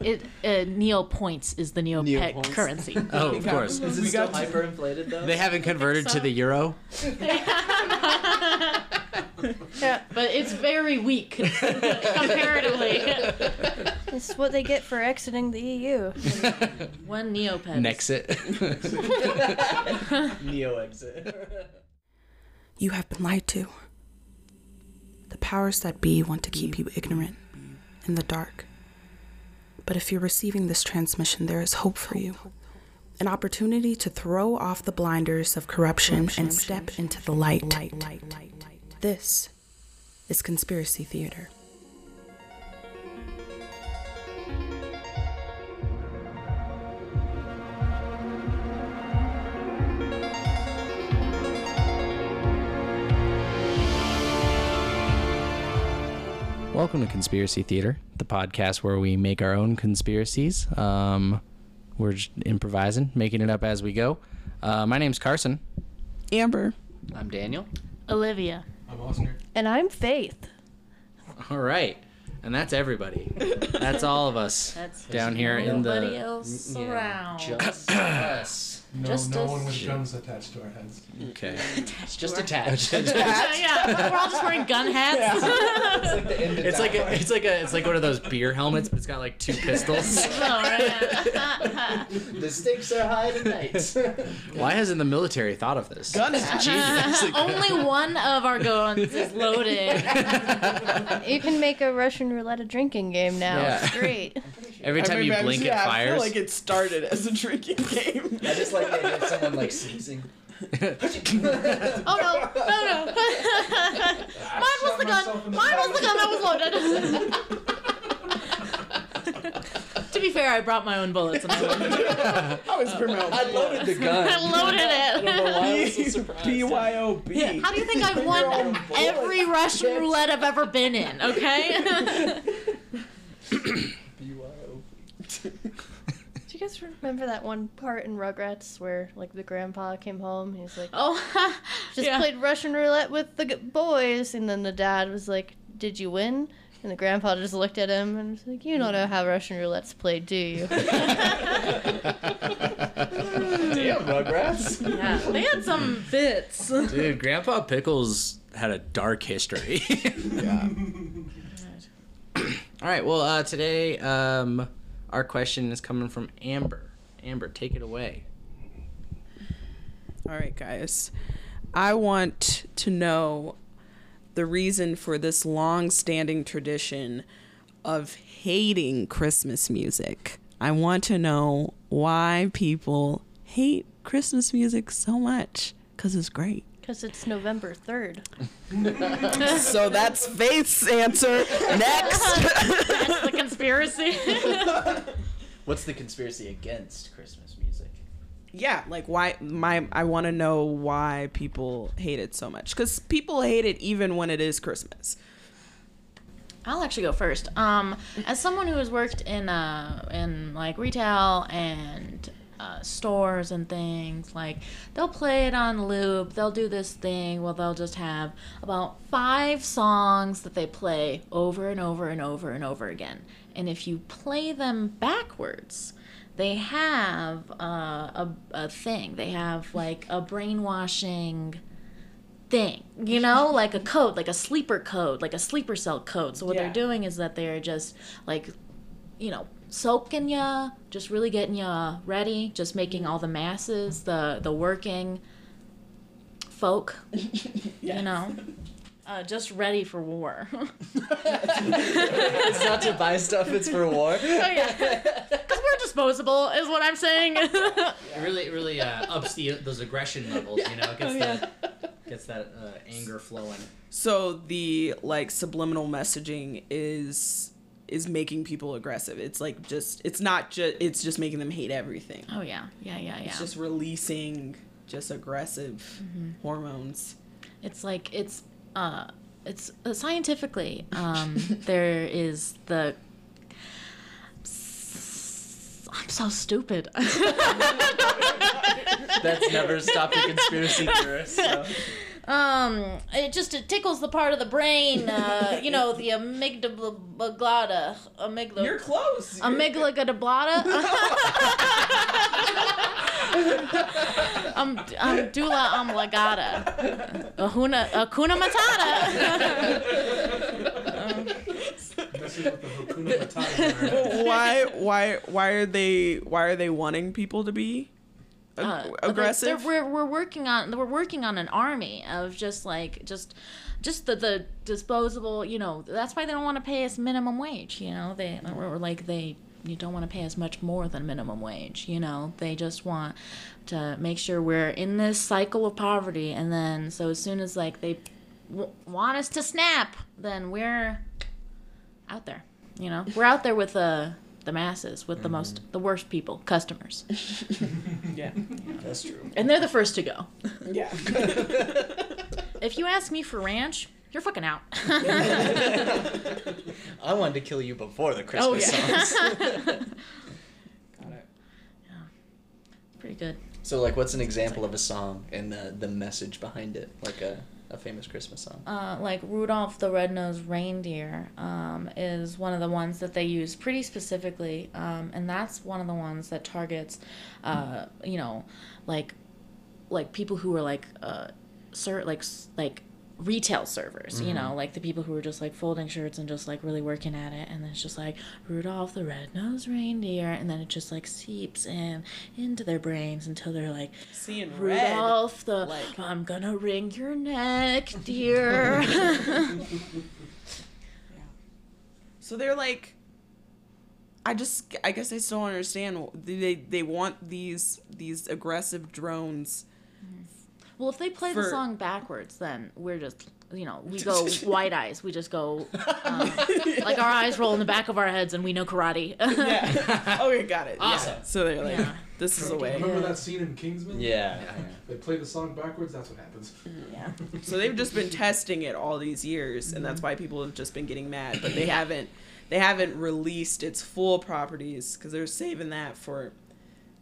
It uh, Neo points is the Neo, Neo pet points. currency. Oh, of course. Is it We still got to- hyperinflated though? They haven't converted to so. the euro. Yeah, But it's very weak comparatively. this is what they get for exiting the E EU. One Neopet. Nexit. Neo exit. You have been lied to. The powers that be want to keep you ignorant, in the dark. But if you're receiving this transmission, there is hope for you. An opportunity to throw off the blinders of corruption and step into the light. This is Conspiracy Theater. Welcome to Conspiracy Theater, the podcast where we make our own conspiracies. Um, we're just improvising, making it up as we go. Uh, my name's Carson. Amber. I'm Daniel. Olivia. I'm Oscar. And I'm Faith. All right. And that's everybody. That's all of us That's down here in the. Nobody else Yeah, around. Just us. No, Just no us. one with guns attached to our heads. Okay. Just attached. yeah, we're all just wearing gun hats. It's like the end of It's like Downfall. a, it's like a, it's like one of those beer helmets, but it's got like two pistols. Oh, right. the stakes are high tonight. Why hasn't the military thought of this? Only one of our guns is loaded. You can make a Russian roulette a drinking game now. Yeah. It's great. Every time you blink, it I feel fires. like it started as a drinking game. I just like the idea of someone like sneezing. Oh no! No no! Mine was the myself gun. in the Mine was the gun that was loaded. to be fair, I brought my own bullets and I loaded it. I was promoting. I loaded the I gun. loaded it. BYOB. How do you think I've won every Russian roulette I've ever been in? Okay. Do you guys remember that one part in Rugrats where like the grandpa came home? He's like, oh, just yeah. played Russian roulette with the g- boys, and then the dad was like, "Did you win?" And the grandpa just looked at him and was like, "You don't know how Russian roulette's played, do you?" Damn, Rugrats. Yeah, they had some bits. Dude, Grandpa Pickles had a dark history. All right. Well, uh, today um, our question is coming from Amber. Amber, take it away. All right, guys. I want to know the reason for this long standing tradition of hating Christmas music. I want to know why people hate Christmas music so much because it's great. Because it's November third. so that's Faith's answer. Next. That's the conspiracy. What's the conspiracy against Christmas music? yeah, like why my I want to know why people hate it so much cuz people hate it even when it is Christmas. I'll actually go first. Um, as someone who has worked in uh, in like retail and uh, stores and things, like they'll play it on loop. They'll do this thing. Well, they'll just have about five songs that they play over and over and over and over again. And if you play them backwards, they have uh, a a thing. They have like a brainwashing thing, you know, like a code, like a sleeper code, like a sleeper cell code. So what they're doing is that they're just like, you know, soaking ya, just really getting ya ready, just making all the masses, the the working folk, you know, uh, just ready for war. oh It's not to buy stuff, it's for war. yeah, because we're disposable, is what I'm saying. It really, it really uh, ups the those aggression levels. You know, Oh, gets the, gets that uh, anger flowing. So the like subliminal messaging is is making people aggressive. It's like just it's not just it's just making them hate everything. oh yeah, yeah, yeah, yeah. It's just releasing just aggressive Mm-hmm. hormones. It's like it's uh, it's uh, scientifically um, there is the. I'm so stupid. That's never stopped a conspiracy theorist. So. Um, it just it tickles the part of the brain, uh, you know, the amygdala, glada, amygdala. You're close. Amygdala um, um, dula umlagata. Ahuna, akuna matata. This is what the Hakuna Matata are. why why why are they why are they wanting people to be ag- Uh, they're- aggressive? they're- we're, we're working on we're working on an army of just like just just the, the disposable. You know, that's why they don't want to pay us minimum wage. You know, they or, or like they you don't want to pay us much more than minimum wage. You know, they just want to make sure we're in this cycle of poverty, and then so as soon as like they w- want us to snap, then we're out there. You know, we're out there with the the masses, with the most the worst people, customers, yeah. That's true. and they're the first to go. Yeah. If you ask me for ranch, you're fucking out. Oh, I wanted to kill you before the Christmas songs. Pretty good. So, like, what's an example of a song and the, the message behind it? Like a, a famous Christmas song. Uh, like Rudolph the Red-Nosed Reindeer um, is one of the ones that they use pretty specifically, um, and that's one of the ones that targets, uh, you know, like, like people who are like, uh, ser- like s- like retail servers, you know, like the people who are just like folding shirts and just like really working at it, and then it's just like Rudolph the Red-Nosed Reindeer, and then it just like seeps in into their brains until they're like, Seeing Rudolph the like- I'm gonna wring your neck, dear. So they're like, I just, I guess I still don't understand. They they want these these aggressive drones. well, if they play the For- song backwards, then we're just you know we go wide eyes. We just go um, like our eyes roll in the back of our heads, and we know karate. Yeah. okay, got it. Awesome. Yeah. So they're like, Yeah. this is a way. Remember that scene in Kingsman? Yeah. They play the song backwards, that's what happens. So they've just been testing it all these years, and that's why people have just been getting mad. But they haven't, they haven't released its full properties because they're saving that for,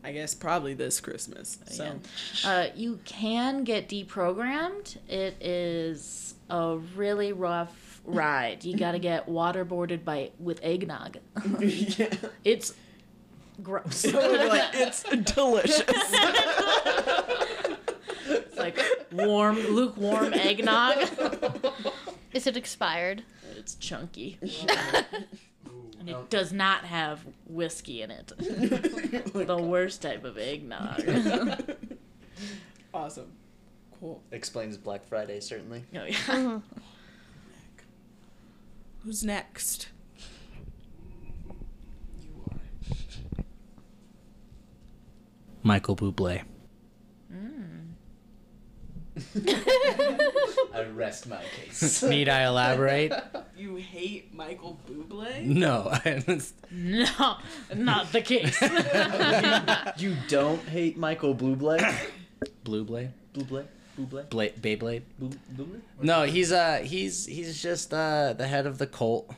I guess, probably this Christmas. Oh, So Uh, you can get deprogrammed. It is a really rough ride. You got to get waterboarded by with eggnog. It's gross. They're like, it's delicious. It's like warm, lukewarm eggnog. Is it expired? It's chunky. Ooh. And it does not have whiskey in it. the worst type of eggnog. oh, awesome. Cool. Explains Black Friday, certainly. Oh, yeah. Who's next? Michael Bublé. I rest my case. Need I elaborate? You hate Michael Bublé? no. No, not the case. you don't hate Michael Bublé? Bublé? Bublé? Bublé? Bla- Beyblade? Bu- Bublé? No, he's uh he's he's just uh the head of the cult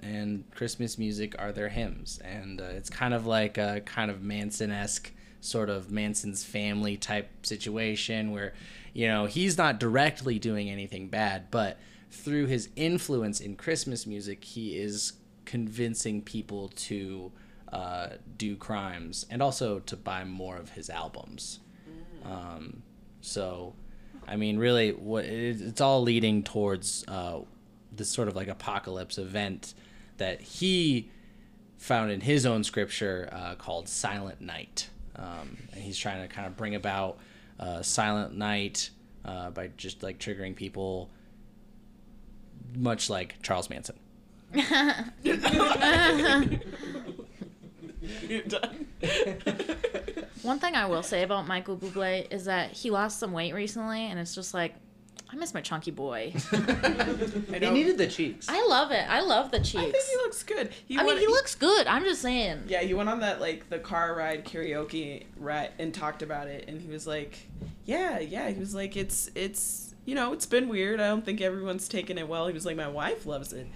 and Christmas music are their hymns and uh, it's kind of like a kind of Manson-esque sort of Manson's family type situation where you know, he's not directly doing anything bad, but through his influence in Christmas music, he is convincing people to uh, do crimes and also to buy more of his albums. Um, so, I mean, really, what it, it's all leading towards uh, this sort of like apocalypse event that he found in his own scripture uh, called Silent Night, um, and he's trying to kind of bring about uh, Silent Night uh, by just like triggering people, much like Charles Manson. You're done. One thing I will say about Michael Bublé is that he lost some weight recently, and it's just like, I miss my chunky boy. He needed the cheeks. I love it. I love the cheeks. I think he looks good. He I mean, went- he looks good. I'm just saying. Yeah, he went on that like the car ride karaoke ride and talked about it, and he was like, "Yeah, yeah." He was like, "It's it's you know it's been weird. I don't think everyone's taken it well." He was like, "My wife loves it,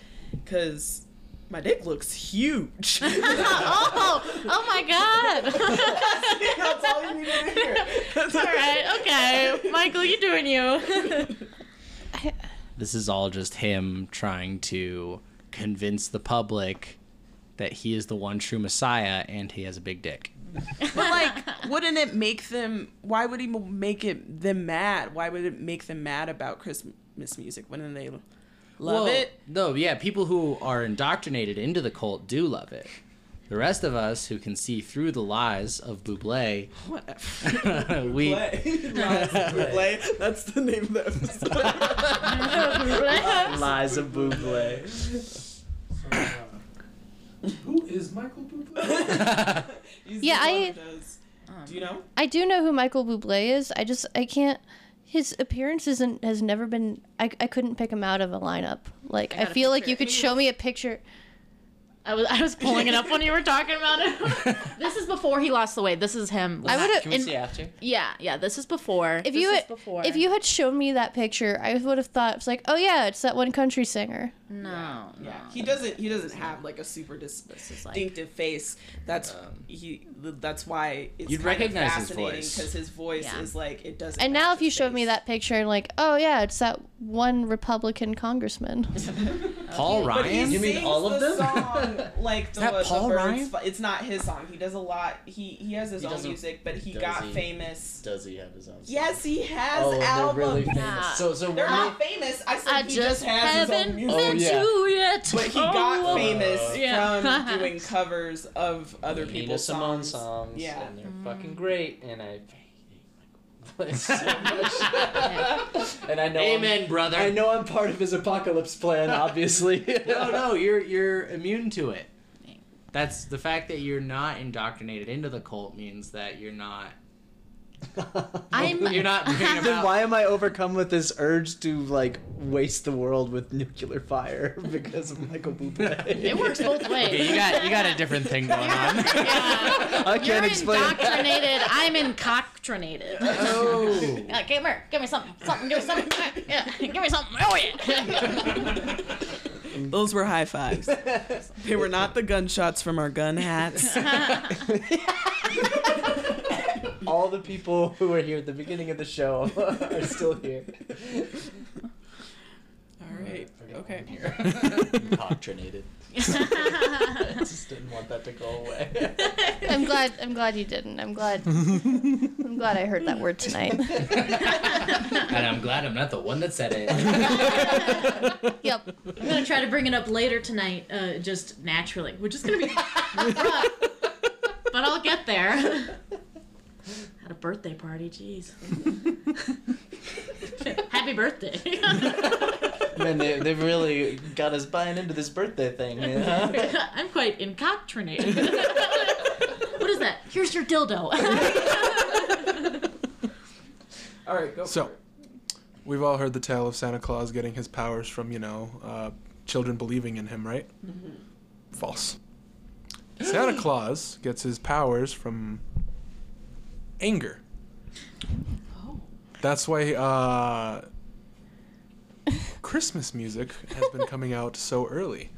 cause my dick looks huge." oh, oh my god. That's all you need to hear. All right, okay. Michael, you doing you. This is all just him trying to convince the public that he is the one true Messiah and he has a big dick. But like, wouldn't it make them? Why would he m- make it them mad? Why would it make them mad about Christmas music? Wouldn't they love Well, it? No, yeah, people who are indoctrinated into the cult do love it. The rest of us who can see through the lies of Buble, Whatever. we Buble. That's the name of the episode. Lies of Buble. So, uh, who is Michael Bublé? Yeah, I- Oh, Do you know? I do know who Michael Bublé is. I just I can't. His appearance isn't has never been. I, I couldn't pick him out of a lineup. Like I I, got a feel like picture. you could show me a picture. I was I was pulling it up when you were talking about it. this is before he lost the weight. This is him. I would Can we have. see after? yeah, yeah. This is before. If This you is had, before. if you had shown me that picture, I would have thought it's like, oh yeah, it's that one country singer. no, no. Yeah, he doesn't. He doesn't have like a super dis- like- distinctive face. That's um, he. That's why it's You'd kind of recognize his fascinating voice. because his voice Yeah. is like it doesn't. And now match if you his showed me face. that picture and like, oh yeah, it's that one Republican congressman. Paul But he Ryan. You mean sings all of the them? Song, like the, that the Paul Birds, Ryan? but It's not his song. He does a lot. He he has his He own doesn't- music, but he does got he? famous. Does he have his own? Yes, he has Oh, they're albums. really famous. Yeah. So, so They're when not famous. I said I he just, just, has his own haven't music. Oh, been yeah. to it. But he Oh, got well. famous Yeah. from doing covers of other Nina people's Simone songs. songs, Yeah. and they're Mm-hmm. fucking great, and I hate Michael Bublé so much. and I know, Amen, brother. I'm, I know I'm part of his apocalypse plan, obviously. no, no, you're you're immune to it. That's the fact that you're not indoctrinated into the cult means that you're not I'm. you're not bringing Then about. why am I overcome with this urge to like waste the world with nuclear fire because of Michael Bublé? It works both ways. Okay, you got you got a different thing going on. Yeah. I You're can't explain. indoctrinated. I'm indoctrinated. Oh. Yeah, give me, give me something, something, give me something. Yeah, give me something. Oh yeah. Those were high fives. they were not the gunshots from our gun hats. All the people who were here at the beginning of the show are still here. All right. Okay. Indoctrinated. I just didn't want that to go away. I'm glad I'm glad you didn't. I'm glad I'm glad I heard that word tonight. And I'm glad I'm not the one that said it. yep. I'm gonna try to bring it up later tonight, uh, just naturally, which is gonna be rough, but I'll get there. Had a birthday party, jeez. Happy birthday. Man, they, they've really got us buying into this birthday thing. You know? I'm quite indoctrinated. what is that? Here's your dildo. All right. Go. So, we've all heard the tale of Santa Claus getting his powers from, you know, uh, children believing in him, right? False. Santa Claus gets his powers from anger. That's why uh, Christmas music has been coming out so early,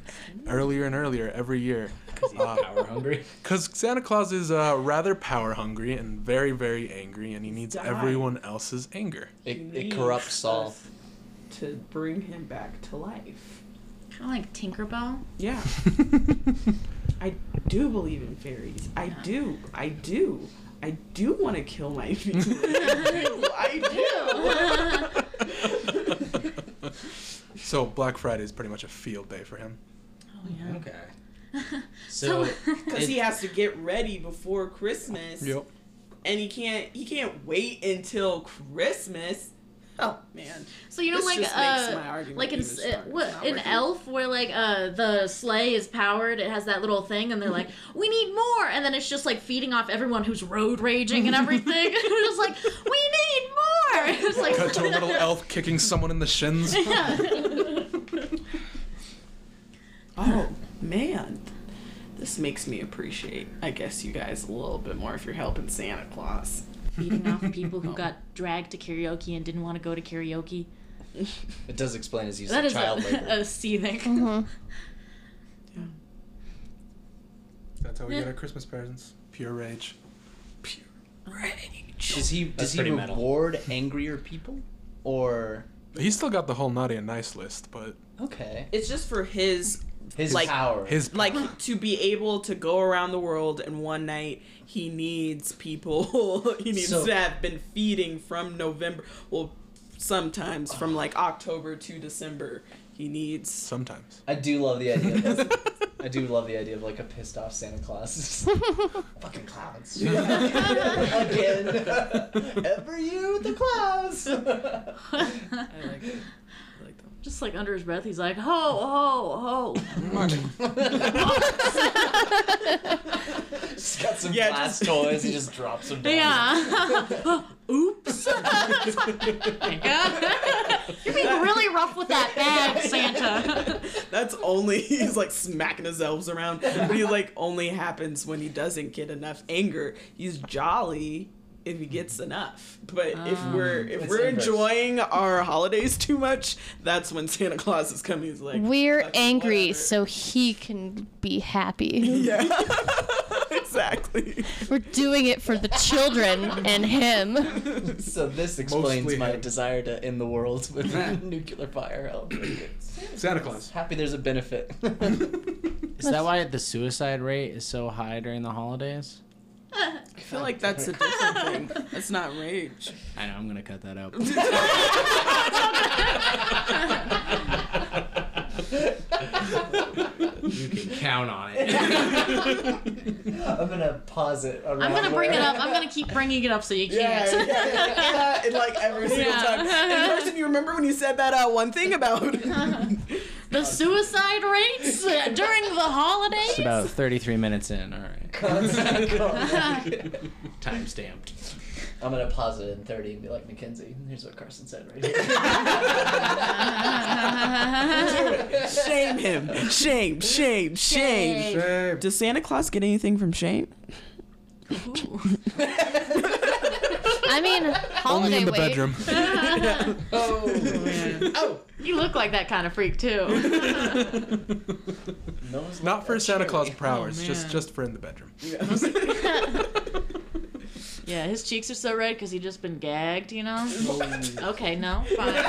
earlier and earlier every year. Uh, Power hungry. because Santa Claus is uh, rather power hungry and very, very angry, and he needs dying. everyone else's anger. It, Needs it corrupts all. us To bring him back to life. kind of like Tinkerbell. Yeah. I do believe in fairies. I do. I do. I do want to kill my fairies. I do. So Black Friday is pretty much a field day for him. Oh yeah. Okay. So, Because he has to get ready before Christmas. And he can't. He can't wait until Christmas. Oh man. So you know, This like just makes my uh, argument like in even s- uh, stronger. what It's not an working. elf, where like uh the sleigh is powered, it has that little thing, and they're like, "We need more," and then it's just like feeding off everyone who's road raging and everything. it's just like, "We need more." It's like Cut to a little elf kicking someone in the shins. Oh man. This makes me appreciate, I guess, you guys a little bit more if you're helping Santa Claus. feeding off people who got dragged to karaoke and didn't want to go to karaoke. It does explain his use That of is child labor. a, a seething. Mm-hmm. That's how we get our Christmas presents. Pure rage. Does he does he pretty metal. reward angrier people, or He's still got the whole naughty and nice list, but Okay. It's just for his His Like- power. his like to be able to go around the world and one night he needs people he needs So- to have been feeding from November well sometimes from like October to December he needs sometimes. I do love the idea. Of this. I do love the idea of like a pissed off Santa Claus. Fucking clouds. Again. Ever you the clouds. Just like under his breath, he's like, ho, ho, ho. Just got some Yeah, glass just- toys. He just drops them. Down. Yeah. Oops. My God. You're being really rough with that bag, Santa. that's only he's like smacking his elves around but he like only happens when he doesn't get enough anger he's jolly if he gets enough but if we're if It's we're inverse. enjoying our holidays too much that's when Santa Claus is coming he's like We're "Fuck, angry whatever." so he can be happy. Yeah. exactly. We're doing it for the children and him. So this explains Mostly my him. desire to end the world with nuclear fire. I'll take it. Santa Claus. Happy there's a benefit. Is that why the suicide rate is so high during the holidays? I feel like that's a different thing. That's not rage. I know I'm gonna cut that out. you can count on it. I'm gonna pause it. I'm going to bring it up. I'm going to keep bringing it up so you can't. Yeah, yeah, yeah. And, like every single time. And Carson, you remember when you said that uh, one thing about The suicide rates uh, during the It's holidays? about 33 minutes in. All right, I'm time stamped. gonna pause it in 30 and be like Mackenzie. Here's what Carson said right here. shame him? Shame, shame, shame. Shame. Does Santa Claus get anything from shame? I mean, Only holiday in the weight. bedroom. You look like that kind of freak, too. No one's like Not for that, Santa surely. Claus prowess, just man. just for in the bedroom. Yeah, his cheeks are so red because he just been gagged, you know? Okay, no, fine. Cut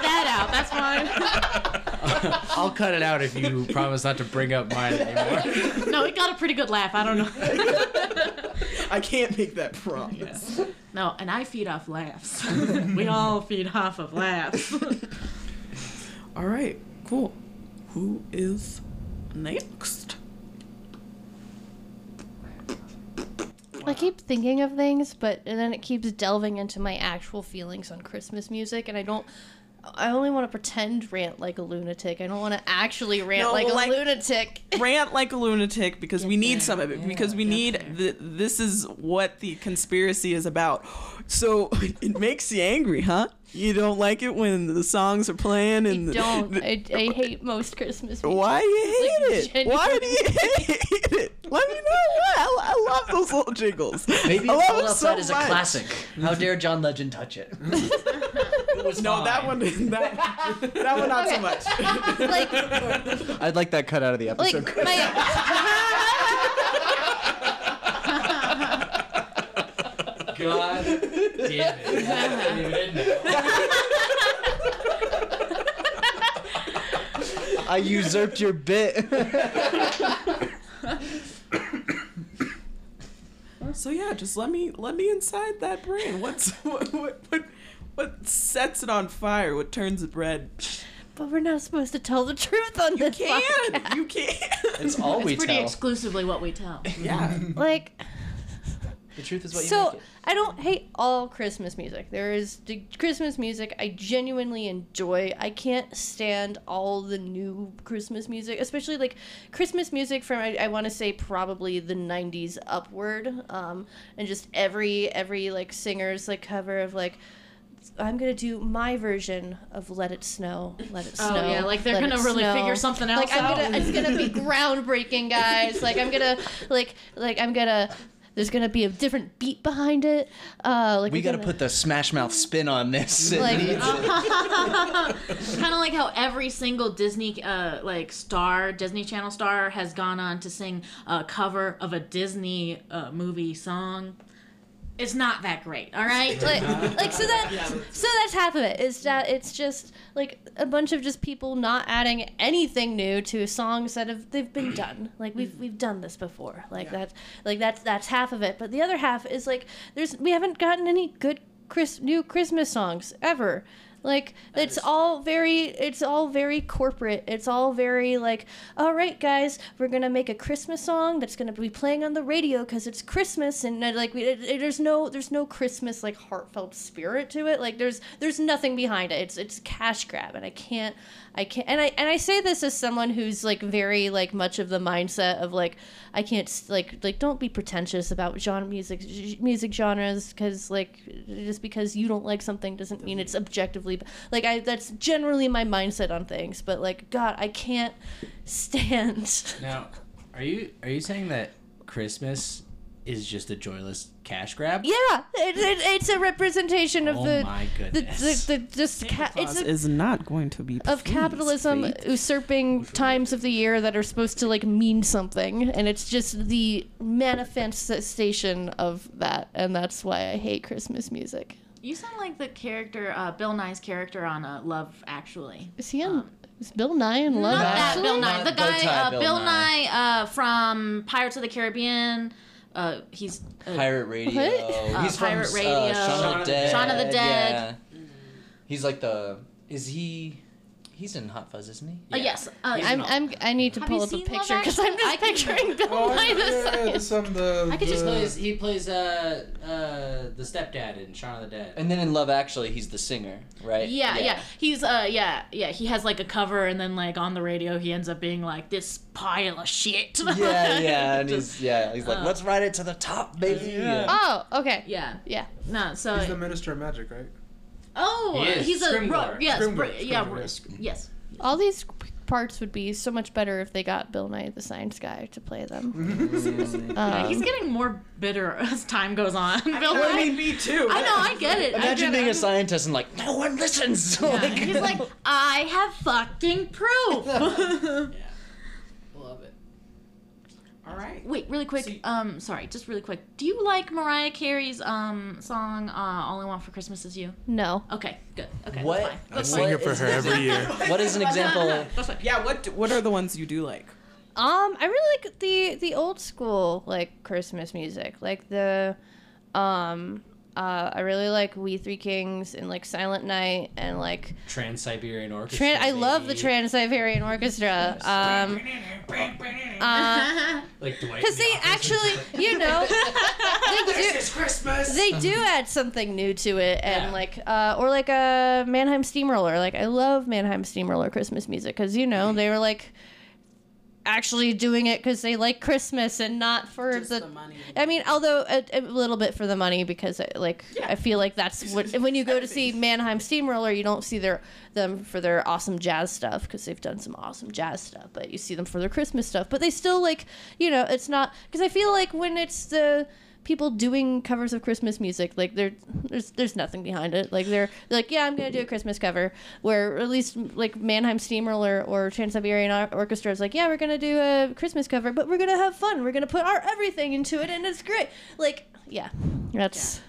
that out. That's fine. I'll cut it out if you promise not to bring up mine anymore. No, he got a pretty good laugh. I don't know. I can't make that promise. No, and I feed off laughs. we all feed off of laughs. All right, cool. Who is next? I keep thinking of things, but and then it keeps delving into my actual feelings on Christmas music, and I don't. I only want to pretend rant like a lunatic. I don't want to actually rant No, like a like- lunatic. Rant like a lunatic because we need some of it because we need the, this is what the conspiracy is about. So it makes you angry, huh? You don't like it when the songs are playing and I the- don't. the- I, I hate most Christmas music. Why do you Like, hate it? Why do you hate it? Let me know why. I, I love those little jingles. I Maybe it's love Cold them so Outside is a much. classic. How dare John Legend touch it? It was No, that fine. one, that, that one, not so Okay. much. Like, I'd like that cut out of the like episode. my. God damn it! I usurped your bit. So yeah, just let me let me inside that brain. What's what what what, what sets it on fire? What turns it red? But we're not supposed to tell the truth on this podcast. Can you can? It's all we it's pretty tell. exclusively what we tell. Yeah. Like. the truth is what you so make it. I don't hate all Christmas music. There is d- Christmas music I genuinely enjoy. I can't stand all the new Christmas music, especially like Christmas music from I, I want to say probably the '90s upward, um, and just every every like singer's like cover of like. I'm gonna do my version of "Let It Snow." Let it Oh, snow. yeah, like they're let gonna it really snow. figure something else Like I'm out. gonna, it's gonna be groundbreaking, guys. Like I'm gonna, like, like I'm gonna. There's gonna be a different beat behind it. Uh, like We we're gotta gonna- put the Smash Mouth spin on this. It Like- needs uh, it. kind of like how every single Disney uh, like star, Disney Channel star, has gone on to sing a cover of a Disney uh, movie song. it's not that great. All right. like, like so that so that's half of it is that it's just like a bunch of just people not adding anything new to songs that have they've been done like we've we've done this before like that's like that's that's half of it but the other half is like there's we haven't gotten any good Chris new Christmas songs ever like it's all very it's all very corporate it's all very like all right guys we're gonna make a christmas song that's gonna be playing on the radio because it's christmas and uh, like we, it, it- there's no there's no christmas like heartfelt spirit to it like there's there's nothing behind it it's it's cash grab and i can't i can't and i and i say this as someone who's like very like much of the mindset of like i can't s- like like don't be pretentious about genre music g- music genres because like just because you don't like something doesn't mean it's objectively b- like i that's generally my mindset on things but like god i can't stand Now, are you are you saying that Christmas is just a joyless cash grab? yeah it, it, it's a representation of Oh the my the, goodness. the, the just ca- it's Claus a is not going to be of pleased, capitalism Faith. usurping times of the year that are supposed to like mean something and it's just the manifestation of that and that's why i hate christmas music You sound like the character, uh, Bill Nye's character on uh, Love Actually. is he on is bill nye in love Ah. Not that actually Bill Nye, Not the guy, Bowtie uh, Bill Bill Nye. Nye, uh, from Pirates of the Caribbean. Uh, he's uh, Pirate Radio. What? He's Uh, from Pirate uh, Radio. Shaun of the Dead. Shaun of the Dead. Yeah. He's like the. Is he? He's in Hot Fuzz, isn't he? uh, yes. Uh, I'm, I'm i need to Have pull you up a seen Love picture because i'm Actually? just I can- picturing bill Oh, nye this yeah, yeah, this, um, the, I could He just- the- plays he plays uh uh the stepdad in Shaun of the Dead. And then in Love Actually, he's the singer, right? Yeah, yeah, He's uh yeah, yeah, he has like a cover and then like on the radio he ends up being like this pile of shit. Yeah, yeah, and he's yeah, he's like, let's ride it to the top, baby. Yeah. oh okay yeah. yeah No, so He's the minister of magic, right? Oh, He is he's a ro- Scrimgeour. yes, Scrimgeour, br- yeah, Scrimgeour, ro- yeah. sc- yes. all these parts would be so much better if they got bill nye the science guy to play them Yeah, Um, he's getting more bitter as time goes on. Bill Well, Nye- I mean, me too. I know, I get it. I Imagine get being it. a scientist and like, no one listens. Yeah, he's like, I have fucking proof. Love it. All right. Wait, really quick. See- um, sorry, just really quick. Do you like Mariah Carey's um song uh, "All I Want for Christmas Is You"? no Okay, good. Okay, What? That's fine. That's fine. I sing it for her every year. what is an example? That's fine. Yeah. What What are the ones you do like? Um, I really like the the old school like Christmas music, like the, um, uh, I really like We Three Kings and like Silent Night and like Trans Siberian Orchestra. Tran- I love the baby. Trans Siberian Orchestra. Um, uh, like Dwight. because they actually, you know, they do, Christmas. they do add something new to it and Yeah. like uh, or like a Mannheim Steamroller. Like I love Mannheim Steamroller Christmas music because you know they were like actually doing it because they like Christmas and not for the. money. I mean, although a, a little bit for the money because I, like I feel like that's what when you go to see Mannheim Steamroller, you don't see their them for their awesome jazz stuff because they've done some awesome jazz stuff, but you see them for their Christmas stuff. But they still like you know it's not because I feel like when it's the people doing covers of Christmas music, like there there's there's nothing behind it. Like they're like yeah, I'm gonna do a Christmas cover where at least like Mannheim Steamroller or Trans Siberian Or- Orchestra is like yeah, we're gonna do a Christmas cover, but we're gonna have fun. We're gonna put our everything into it, and it's great. Like yeah, that's.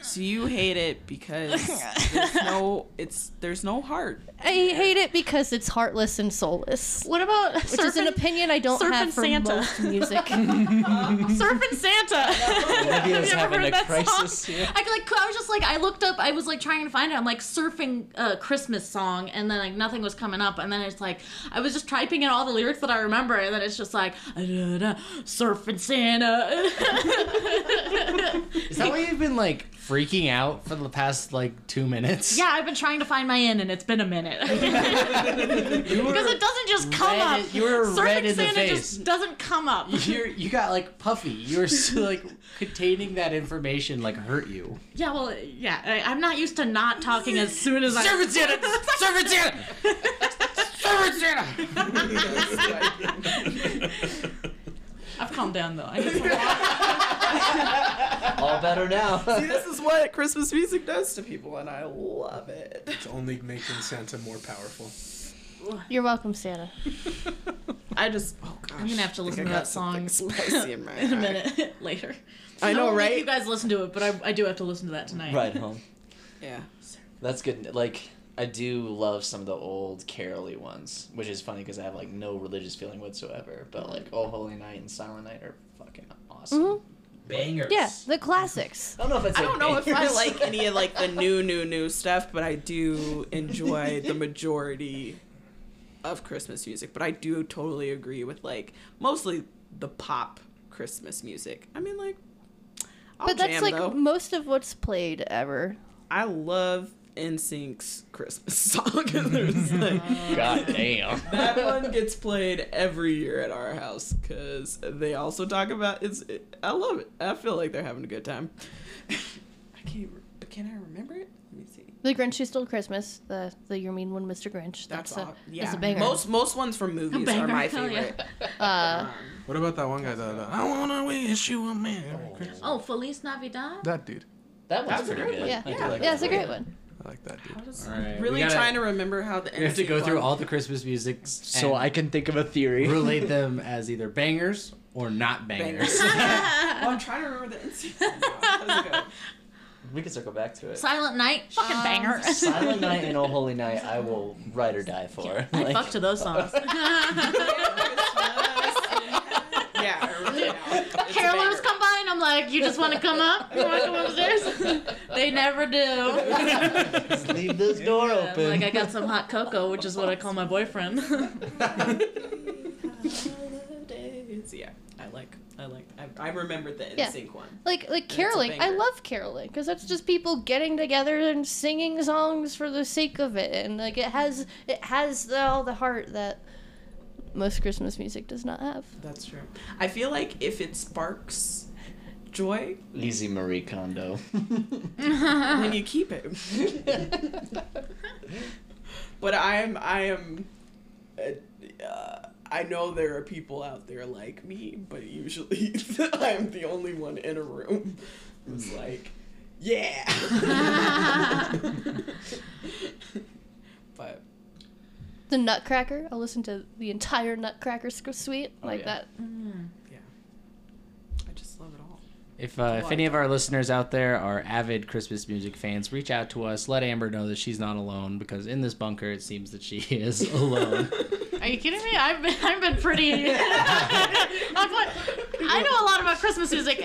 So you hate it because there's no it's there's no heart. I hate it because it's heartless and soulless. What about Which is an opinion I don't Surf have and for Santa. most music. Surfing Santa. Olivia's Have you ever having heard a that crisis song? here. I could, like I was just like I looked up. I was like trying to find it. I'm like surfing uh, Christmas song, and then like nothing was coming up. And then it's like I was just typing in all the lyrics that I remember, and then it's just like da-da, surfing Santa. Is that why you've been like freaking out for the past like two minutes? yeah, I've been trying to find my in, and it's been a minute You were- because it doesn't just come red- up. you were surfing red in the Santa face. just doesn't come up. You're, you got like puffy. You were so, like containing that information like hurt you. Yeah, well, yeah, I, I'm not used to not talking as soon as I. Servant Santa! Servant Santa! Servant Santa! I've calmed down though. I need some water. All better now. This is what Christmas music does to people, and I love it. It's only making Santa more powerful. You're welcome, Santa. I just Oh gosh. I'm gonna have to think listen I to got that song something spicy in, my in a eye. minute later. I know, won't make right? You guys listen to it, but I, I do have to listen to that tonight. Ride home. Yeah. That's good. Like I do love some of the old caroly ones, which is funny because I have like no religious feeling whatsoever. But Mm. like Oh Holy Night and Silent Night are fucking awesome. Mm-hmm. Bangers. Yeah, the classics. I don't know if I'd I say don't know if I bangers. like any of like the new, new, new stuff, but I do enjoy the majority of Christmas music. But I do totally agree with like mostly the pop Christmas music. I mean, like, I'll But that's jam, like though. most of what's played ever. I love NSYNC's Christmas song. There's, like, God damn. that one gets played every year at our house because they also talk about it's. It, I love it. I feel like they're having a good time. I can't. re- But can I remember it? Let me see. The Grinch Who Stole Christmas, the the You Mean One, Mr. Grinch. That's, That's, all. a Yeah. that's a banger. Most most ones from movies are my banger, hell yeah. favorite. Um, uh, What about that one guy that uh, I wanna wish you a merry Christmas? Oh, Feliz Navidad. That dude. That that one's was a pretty great good. yeah, I do yeah, like yeah, that it's a one. great one. I like that dude. Just All right, Really we gotta- trying to remember how the. We have to go NSYNC through one- all the Christmas music So I can think of a theory. relate them as either bangers or not bangers. Well, Oh, I'm trying to remember the NSYNC. one now. How does it go? We can circle back to it. Silent Night, Um, fucking banger. Silent Night and Oh Holy Night, I will ride or die for. I Like, fuck to those songs. yeah, I remember it now. It's a Carolers banger. come by and I'm like, you just want to come up? You want to come upstairs? they never do. just leave this door Yeah, open. Like I got some hot cocoa, which is what I call my boyfriend. Holidays. Yeah, I like. I like. I, I remember the Yeah. NSYNC one. Like like a caroling, I banger. love caroling because that's just people getting together and singing songs for the sake of it, and like it has it has the, all the heart that most Christmas music does not have. That's true. I feel like if it sparks joy, Easy Marie Kondo. then you keep it. But I am. I am. Uh, I know there are people out there like me, but usually I'm the only one in a room who's like, yeah. but The Nutcracker, I'll listen to the entire Nutcracker sc- suite Oh, like yeah. that. I just love it all. If uh, if any of our listeners out there are avid Christmas music fans, reach out to us. Let Amber know that she's not alone because in this bunker it seems that she is alone. Are you kidding me? I've been I've been pretty. I'm like- I know a lot about Christmas music.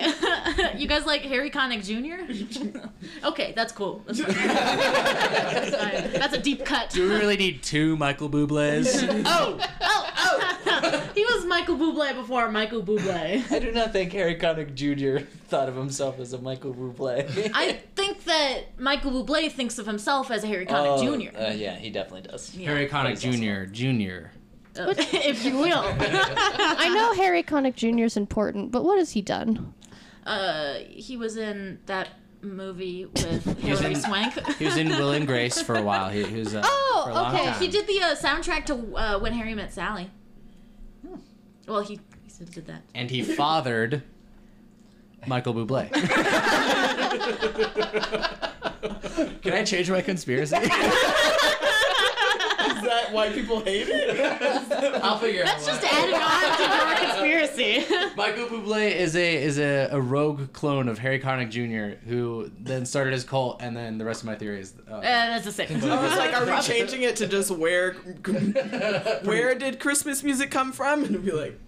you guys like Harry Connick Jr.? okay, that's cool. That's, fine. That's fine. That's a deep cut. Do we really need two Michael Bublés? Oh, oh, oh! he was Michael Bublé before Michael Bublé. I do not think Harry Connick Jr. thought of himself as a Michael Bublé. I think that Michael Bublé thinks of himself as a Harry Connick Oh, Jr. Uh, yeah, he definitely does. Yeah. Harry Connick Jr. Jr. Uh, if you will. I know Harry Connick Jr. is important, but what has he done? Uh, he was in that movie with was Hilary in- Swank. He was in Will and Grace for a while. He, he was uh, Oh, for a long okay. time. He did the uh, soundtrack to uh, When Harry Met Sally. Well, he, he said did that. and he fathered Michael Bublé. Can I change my conspiracy? Is that why people hate it? I'll figure it That's just added on to your conspiracy. Michael Bublé is a is a, a rogue clone of Harry Connick Jr. who then started his cult, and then the rest of my theory is. Uh, Uh, that's the same. I was like, are we changing it to just where Uh, where did Christmas music come from? And it'd be like,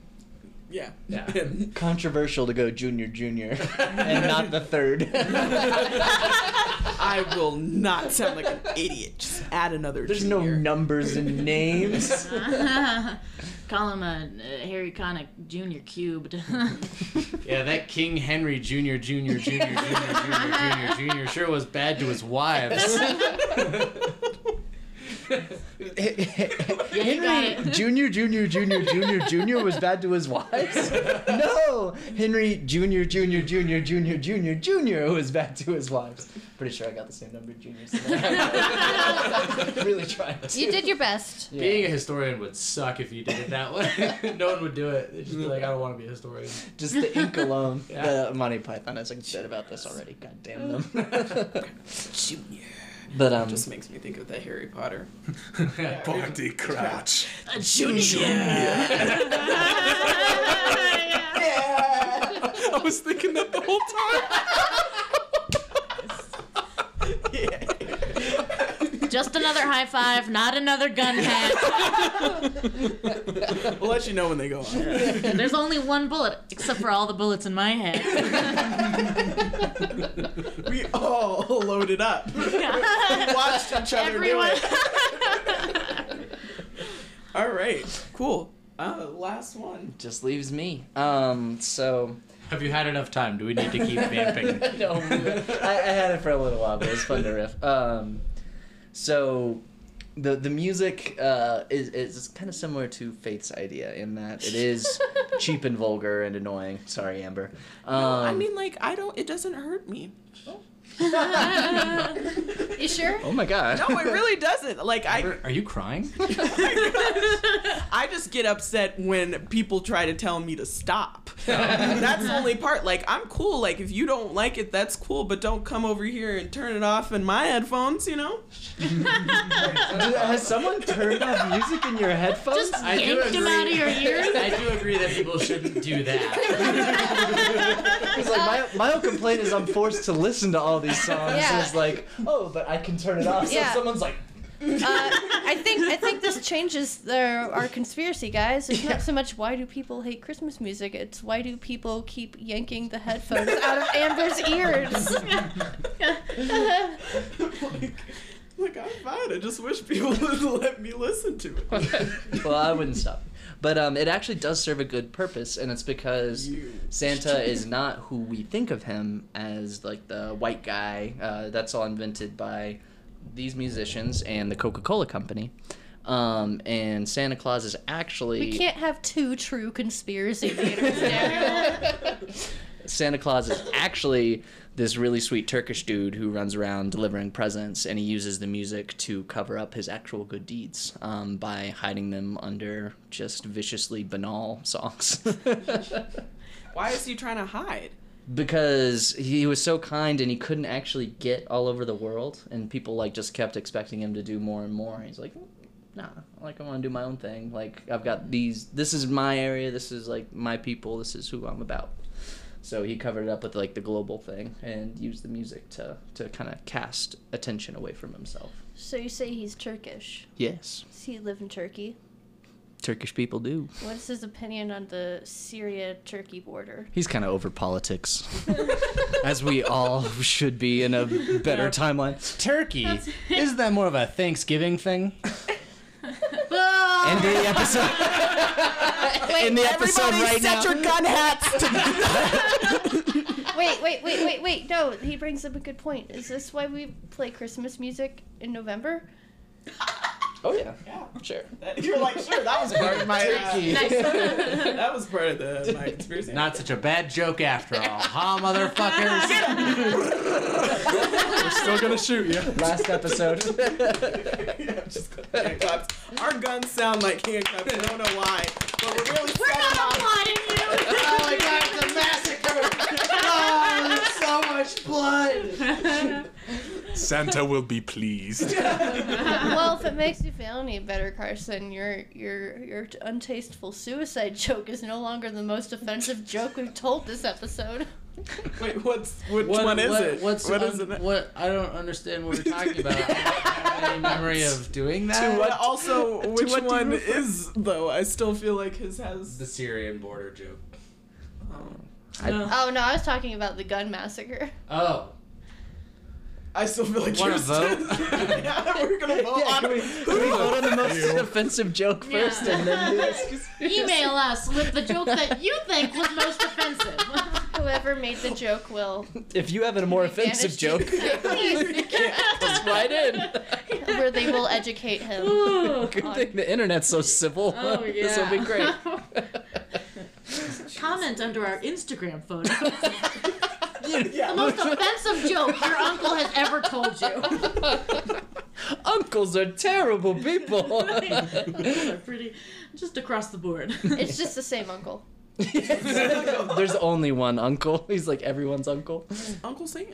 yeah, Yeah. him. Controversial to go Junior Junior and not the third. I will not sound like an idiot. Just add another. There's no junior. numbers and names. Call him a uh, Harry Connick Jr. cubed. yeah, that King Henry Jr. Jr. Jr. Jr. Jr. Jr. sure was bad to his wives. yeah, you got it. Junior Junior Junior Junior Junior was bad to his wives. No, Henry Junior Junior Junior Junior Junior Junior was bad to his wives. Pretty sure I got the same number of juniors. really trying to. You did your best. Yeah. Being a historian would suck if you did it that way. no one would do it. They'd just be like, I don't want to be a historian. Just the ink alone. Yeah. The Monty Python. I was like, said about this already. God damn them. Junior. But um, Just makes me think of the Harry Potter. Barty Crouch. I was thinking that the whole time. Just another high five, not another gun hat. We'll let you know when they go on. There's only one bullet, except for all the bullets in my head. We all loaded up. Watched each other Everyone. do it. All right. Cool. Uh, last one. just leaves me. Um, so Have you had enough time? Do we need to keep vamping? no, I, I had it for a little while, but it's fun to riff. Um, so the the music uh, is is kind of similar to Faith's idea in that it is cheap and vulgar and annoying. Sorry, Amber. Um, I mean, like, I don't. It doesn't hurt me. You sure? oh my god. No, it really doesn't. Like, I, Are you crying? I just get upset when people try to tell me to stop. that's the only part. Like, I'm cool. Like, if you don't like it, that's cool. But don't come over here and turn it off in my headphones. You know? Dude, Has someone turned off music in your headphones? Just I do yanked him agree. out of your ears. I do agree that people shouldn't do that. It's like my, my own complaint is I'm forced to listen to all these songs. Yeah. It's like, oh, but I can turn it off. So Yeah. someone's like, Uh, I think I think this changes the, our conspiracy, guys. It's not so much why do people hate Christmas music; it's why do people keep yanking the headphones out of Amber's ears. like, like, I'm fine. I just wish people would let me listen to it. well, I wouldn't stop. But um, it actually does serve a good purpose, and it's because Santa is not who we think of him as, like the white guy. Uh, that's all invented by these musicians and the Coca Cola Company. Um, and Santa Claus is actually We can't have two true conspiracy theaters now. Santa Claus is actually this really sweet Turkish dude who runs around delivering presents, and he uses the music to cover up his actual good deeds um, by hiding them under just viciously banal songs. Why is he trying to hide? because he was so kind and he couldn't actually get all over the world, and people like just kept expecting him to do more and more. He's like, nah, like I want to do my own thing. Like I've got these. This is my area. This is like my people. This is who I'm about. So he covered it up with like the global thing and used the music to to kind of cast attention away from himself. So you say he's Turkish? Yes, Does he live in Turkey? Turkish people do. What's his opinion on the Syria-Turkey border? He's kind of over politics, as we all should be in a better timeline. Turkey. Isn't that more of a Thanksgiving thing? Oh. End of the episode. End the episode right now. Wait, wait, wait, wait, wait! No, he brings up a good point. Is this why we play Christmas music in November? Oh yeah. Yeah. Sure. You're like, sure, that was part of my uh, that was part of the my conspiracy. Not such a bad joke after all, huh, motherfuckers? We're still gonna shoot you. Last episode. Yeah, just handcuffs. Our guns sound like handcuffs. I don't know why, but we're really we're applauding my god, it's a massacre! so much blood. Santa will be pleased. well, if it makes you feel any better, Carson, your your your untasteful suicide joke is no longer the most offensive joke we've told this episode. Wait, what's which one is it? What's what un- is it? What I don't understand what we're talking about. I don't have any memory of doing that. But also, which what do you one refer- is though? I still feel like his has. The Syrian border joke. Uh. Oh no, I was talking about the gun massacre. Oh. I still feel like Wanna yours vote? does. yeah, we're gonna vote Yeah, on can we, can we vote on the most offensive joke first Yeah. and then do this? Email us with the joke that you think was most offensive. Whoever made the joke will. If you have a more offensive Advantage joke, to- just write in. where they will educate him. Good thing the internet's so civil. Oh, This will yeah. be great. Comment under our Instagram photo. the most offensive joke your uncle has ever told you. Uncles are terrible people. They're pretty, just across the board. It's just the same uncle. There's only one uncle. He's like everyone's uncle. Uncle Sam.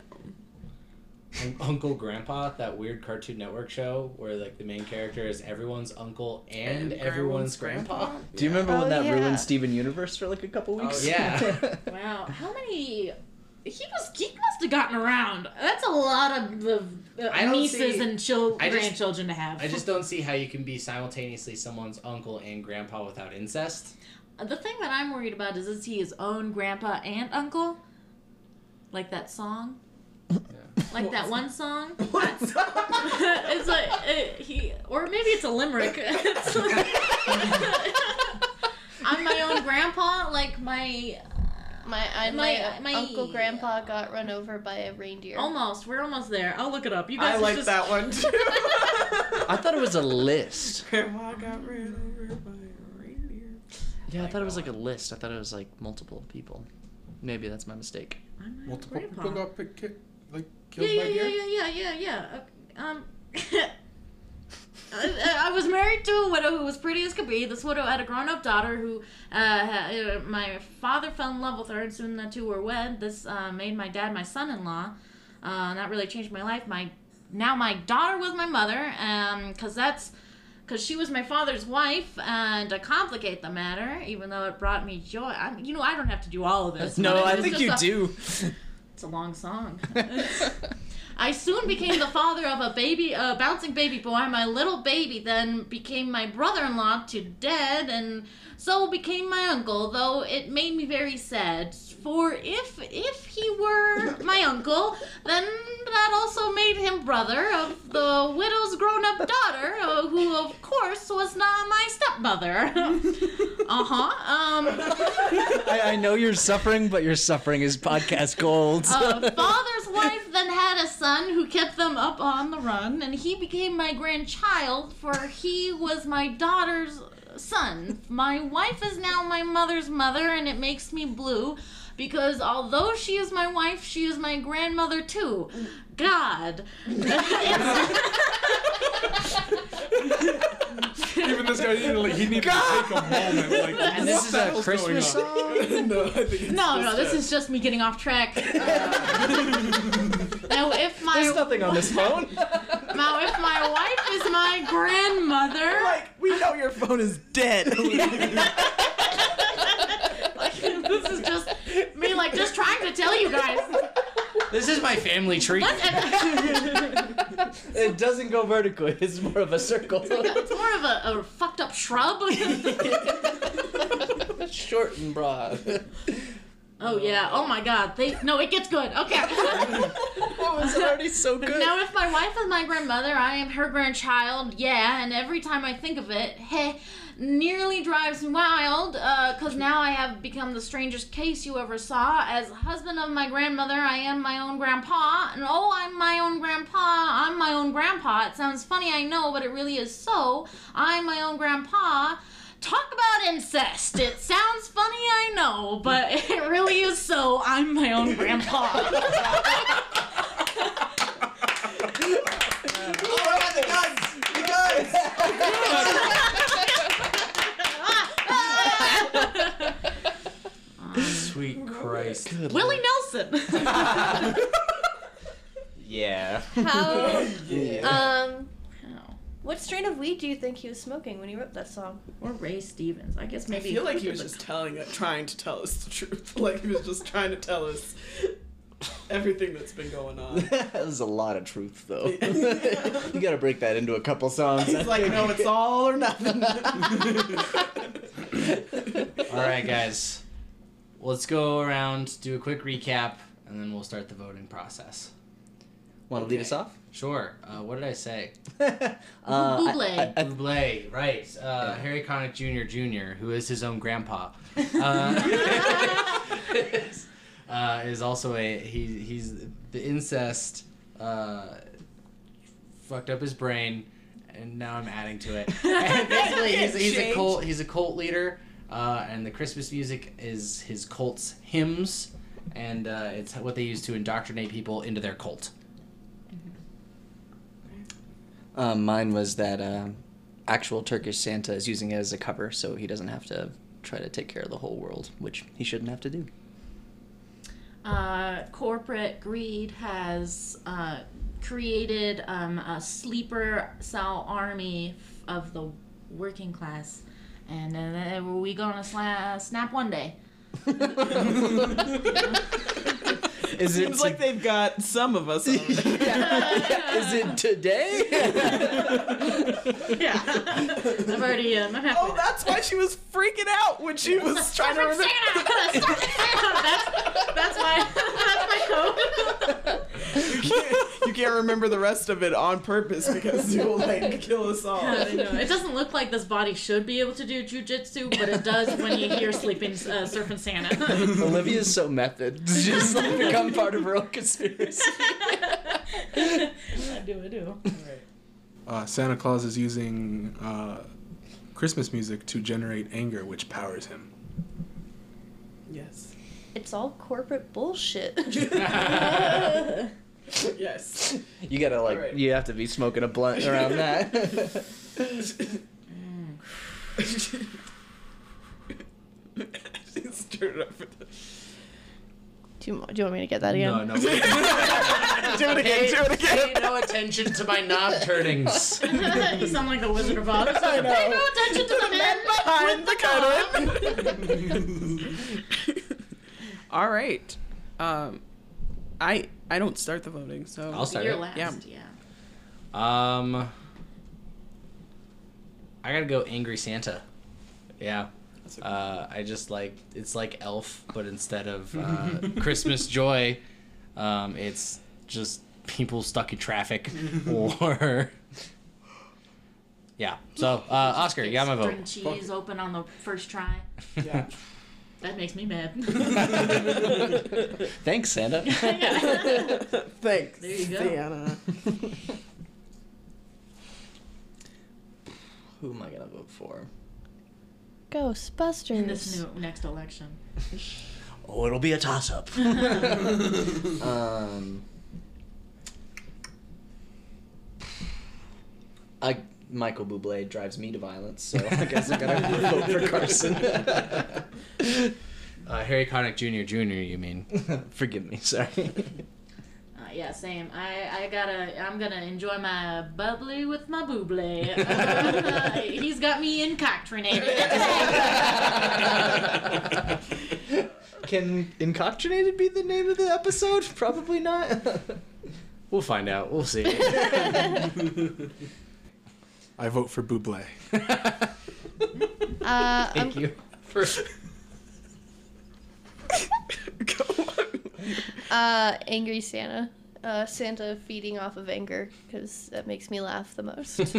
Un- Uncle Grandpa, that weird Cartoon Network show where like the main character is everyone's uncle and, And everyone's grandma's grandpa. Do you remember Oh, when that yeah. ruined Steven Universe for like a couple Oh, weeks? yeah. Wow, how many? He was he must have gotten around. That's a lot of the I uh, don't nieces see- and chil- I just- grandchildren to have. I just don't see how you can be simultaneously someone's uncle and grandpa without incest. the thing that I'm worried about is is he his own grandpa and uncle, like that song, like that one song. it's like uh, he, or maybe it's a limerick. It's like- I'm my own grandpa, like my My I, My- my, Oh my- uncle grandpa got run over by a reindeer. almost. We're almost there. I'll look it up. You guys I are like just, that one too. I thought it was a list. Grandma got ran over by a reindeer. Yeah, I thought it was like a list. I thought it was like multiple people. Maybe that's my mistake. I'm my own Multiple grandpa. people got pick, kick, like Yeah, killed yeah, by yeah, deer. yeah, yeah, yeah, yeah. Okay, Um, I, I was married to a widow who was pretty as could be. This widow had a grown-up daughter who, uh, ha- uh, my father fell in love with her, and soon the two were wed. This uh, made my dad my son-in-law. Uh, and that really changed my life. My now my daughter was my mother, um, cause that's. Because she was my father's wife, and to complicate the matter, even though it brought me joy, I, you know, I don't have to do all of this. but it was just a- do. it's a long song. I soon became the father of a baby, a bouncing baby boy. My little baby then became my brother-in-law to dead, and so became my uncle. Though it made me very sad, for if if he were my uncle, then that also made him brother of the widow's grown-up daughter, uh, who of course was not my stepmother. uh huh. Um. I, I know you're suffering, but your suffering is podcast gold. uh, father's wife then had a son who kept them up on the run, and he became my grandchild, for he was my daughter's son. My wife is now my mother's mother, and it makes me blue because although she is my wife, she is my grandmother too. God. Even this guy, he needed, like, he needed to take a moment. Like, and this is a Christmas song. no, I think it's no, just no, this a- is just me getting off track. now, if my There's nothing on this phone. now if my wife is my grandmother, we know your phone is dead. Like, this is just me, like, just trying to tell you guys. This is my family tree. It doesn't go vertically. It's more of a circle. It's more of a, a fucked up shrub. Short and broad. oh, yeah. Oh, my God. They No, it gets good. Okay. Oh, it's already so good. Now, if my wife is my grandmother, I am her grandchild, yeah, and every time I think of it, heh, nearly drives me wild, because now I have become the strangest case you ever saw. As husband of my grandmother, I am my own grandpa, and oh, I'm my own grandpa, I'm my own grandpa. It sounds funny, I know, but it really is so. I'm my own grandpa. Talk about incest. It sounds funny, I know, but it really is so. I'm my own grandpa. Sweet Christ. Willie Nelson. Yeah. How? Um. Oh. What strain of weed do you think he was smoking when he wrote that song? Or Ray Stevens. I guess I maybe. feel like he was just telling, trying to tell us the truth. Like he was just trying to tell us everything that's been going on. There's a lot of truth, though. you gotta break that into a couple songs. He's like, no, it's all or nothing. All right, guys. Let's go around, do a quick recap, and then we'll start the voting process. Wanna lead us off? Sure. Uh, what did I say? uh, Buble. I- I- I- Buble, right. Uh, Harry Connick Jr. Jr., who is his own grandpa, uh, is, uh, is also a he. He's the incest uh, fucked up his brain, and now I'm adding to it. And basically, he's, he's a Changed. cult. He's a cult leader, uh, and the Christmas music is his cult's hymns, and uh, it's what they use to indoctrinate people into their cult. um, mine was that um actual Turkish Santa is using it as a cover, so he doesn't have to try to take care of the whole world, which he shouldn't have to do. uh, corporate greed has uh, created um, a sleeper cell army f- of the working class, and uh, we gonna sla- snap one day. Is it Seems like they've got some of us. on. is it today? Yeah, I've already. Um, I'm halfway oh, that's why she was freaking out when she was trying to Stop remember. it, Santa! Stop it, Santa! That's that's my that's my code. You can't, you can't remember the rest of it on purpose because you'll like kill us all. I don't know. It doesn't look like this body should be able to do jujitsu, but it does when you hear sleeping uh, surfing Santa. Olivia's so method. It's just like become part of her own conspiracy. I do, I do. Uh, Santa Claus is using uh, Christmas music to generate anger, which powers him. Yes. It's all corporate bullshit. Yes. You gotta like, Alright. you have to be smoking a blunt around that. She's turned up for the. do, you, do you want me to get that again? no, no. wait. Do it again. Do it again. Pay no attention to my knob turnings. you sound like the Wizard of Oz. I know. Pay no attention to the man behind the curtain. All right. Um, I I don't start the voting, so I'll start You're it. last. Yeah. Yeah. Um, I gotta go Angry Santa. Yeah. Uh, I just like it's like Elf, but instead of uh, Christmas joy, um, it's just people stuck in traffic or yeah. So uh, Oscar, you got my Spring vote. cheese open on the first try. yeah. That makes me mad. Thanks, Santa. Yeah. Thanks. There you go. Santa. Who am I gonna vote for? Ghostbusters. In this new next election. Uh, Oh, it'll be a toss up. um, I Michael Bublé drives me to violence, so I guess I gotta vote for Carson. Uh, Harry Connick Jr. Jr. You mean? Forgive me, sorry. Uh, yeah, same. I, I gotta. I'm gonna enjoy my bubbly with my buble. Uh, he's got me indoctrinated. Can Incoctrinated be the name of the episode? Probably not. We'll find out. We'll see. I vote for Buble. Uh, Thank I'm, you. For- uh, angry Santa. Uh, Santa feeding off of anger because that makes me laugh the most.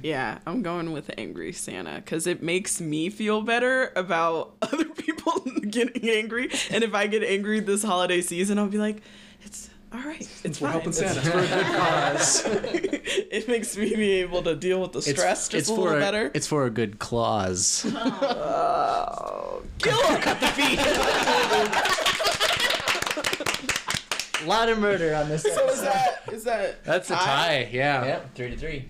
Yeah, I'm going with angry Santa because it makes me feel better about other people getting angry. And if I get angry this holiday season, I'll be like, it's all right. It's We're fine. helping It's- Santa. It's for a good cause. it makes me be able to deal with the stress just a little for better. It's for a good clause. oh, kill her. Cut the feet. A lot of murder on this. So is that is that? That's a tie. Yeah. Yeah, three to three.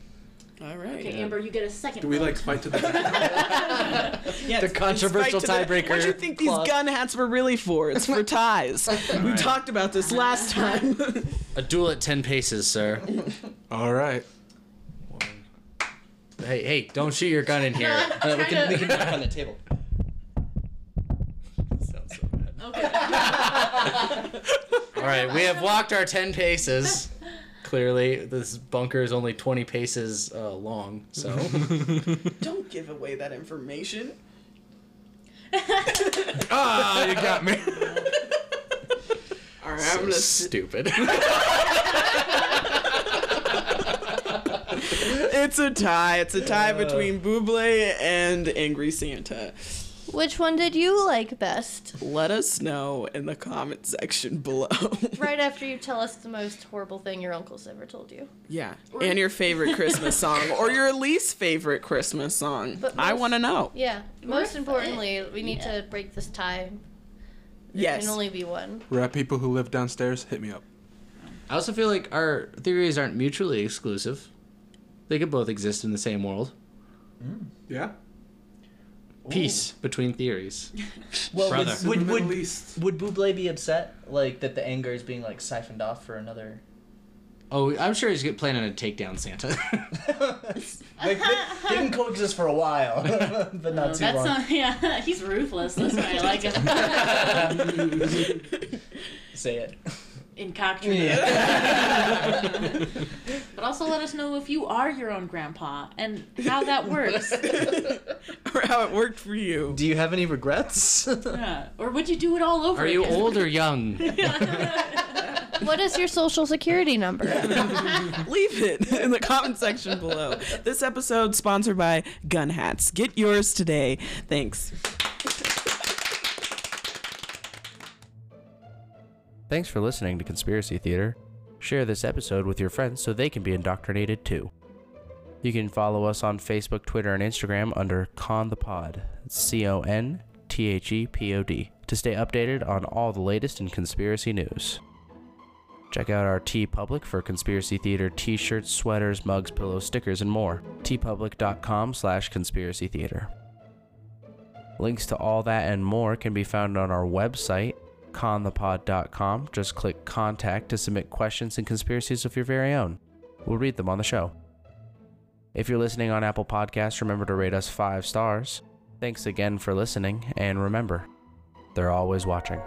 All right. okay, Amber, you get a second. Do we vote. like fight to the death? Yes, The and controversial spike to the- tiebreaker What do you think these clause. gun hats were really for? It's for ties. we talked about this last time. A duel at ten paces, sir. All right. hey, hey! Don't shoot your gun in here. Uh, I'm we can, trying we to- can knock on the table. Sounds so bad. Okay. All right, we have walked our ten paces. Clearly, this bunker is only twenty paces uh, long. So Don't give away that information. Ah, you got me. All right, I'm gonna. s- stupid. It's a tie. It's a tie between Buble and Angry Santa. Which one did you like best? Let us know in the comment section below. Right after you tell us the most horrible thing your uncle's ever told you. Yeah, and your favorite Christmas song or your least favorite Christmas song. But I most- want to know. Yeah. Most Worth importantly, we need to break this tie. There Yes. can only be one. Rap people who live downstairs, hit me up. I also feel like our theories aren't mutually exclusive. They could both exist in the same world. Yeah. Peace between theories. Well, Brother. would- In the Would, would, Middle East. would Buble be upset like that the anger is being like siphoned off for another Oh, I'm sure he's get- planning on take down Santa. Like, they, they can coexist for a while, but not Oh, too that's long. not, yeah, he's ruthless. That's why I like him. Say it. Incoctrinated. But also let us know if you are your own grandpa and how that works. or how it worked for you. Do you have any regrets? yeah. Or would you do it all over Are you again? old or young? What is your social security number? Leave it in the comment section below. This episode sponsored by Gun Hats. Get yours today. Thanks. Thanks for listening to Conspiracy Theater. Share this episode with your friends so they can be indoctrinated too. You can follow us on Facebook, Twitter, and Instagram under Con the Pod, C O N T H E P O D, to stay updated on all the latest in conspiracy news. Check out our T Public for Conspiracy Theater t-shirts, sweaters, mugs, pillows, stickers, and more. tpublic.com slash conspiracy theater. Links to all that and more can be found on our website, conthepod.com. Just click contact to submit questions and conspiracies of your very own. We'll read them on the show. If you're listening on Apple Podcasts, remember to rate us five stars. Thanks again for listening, and remember, they're always watching.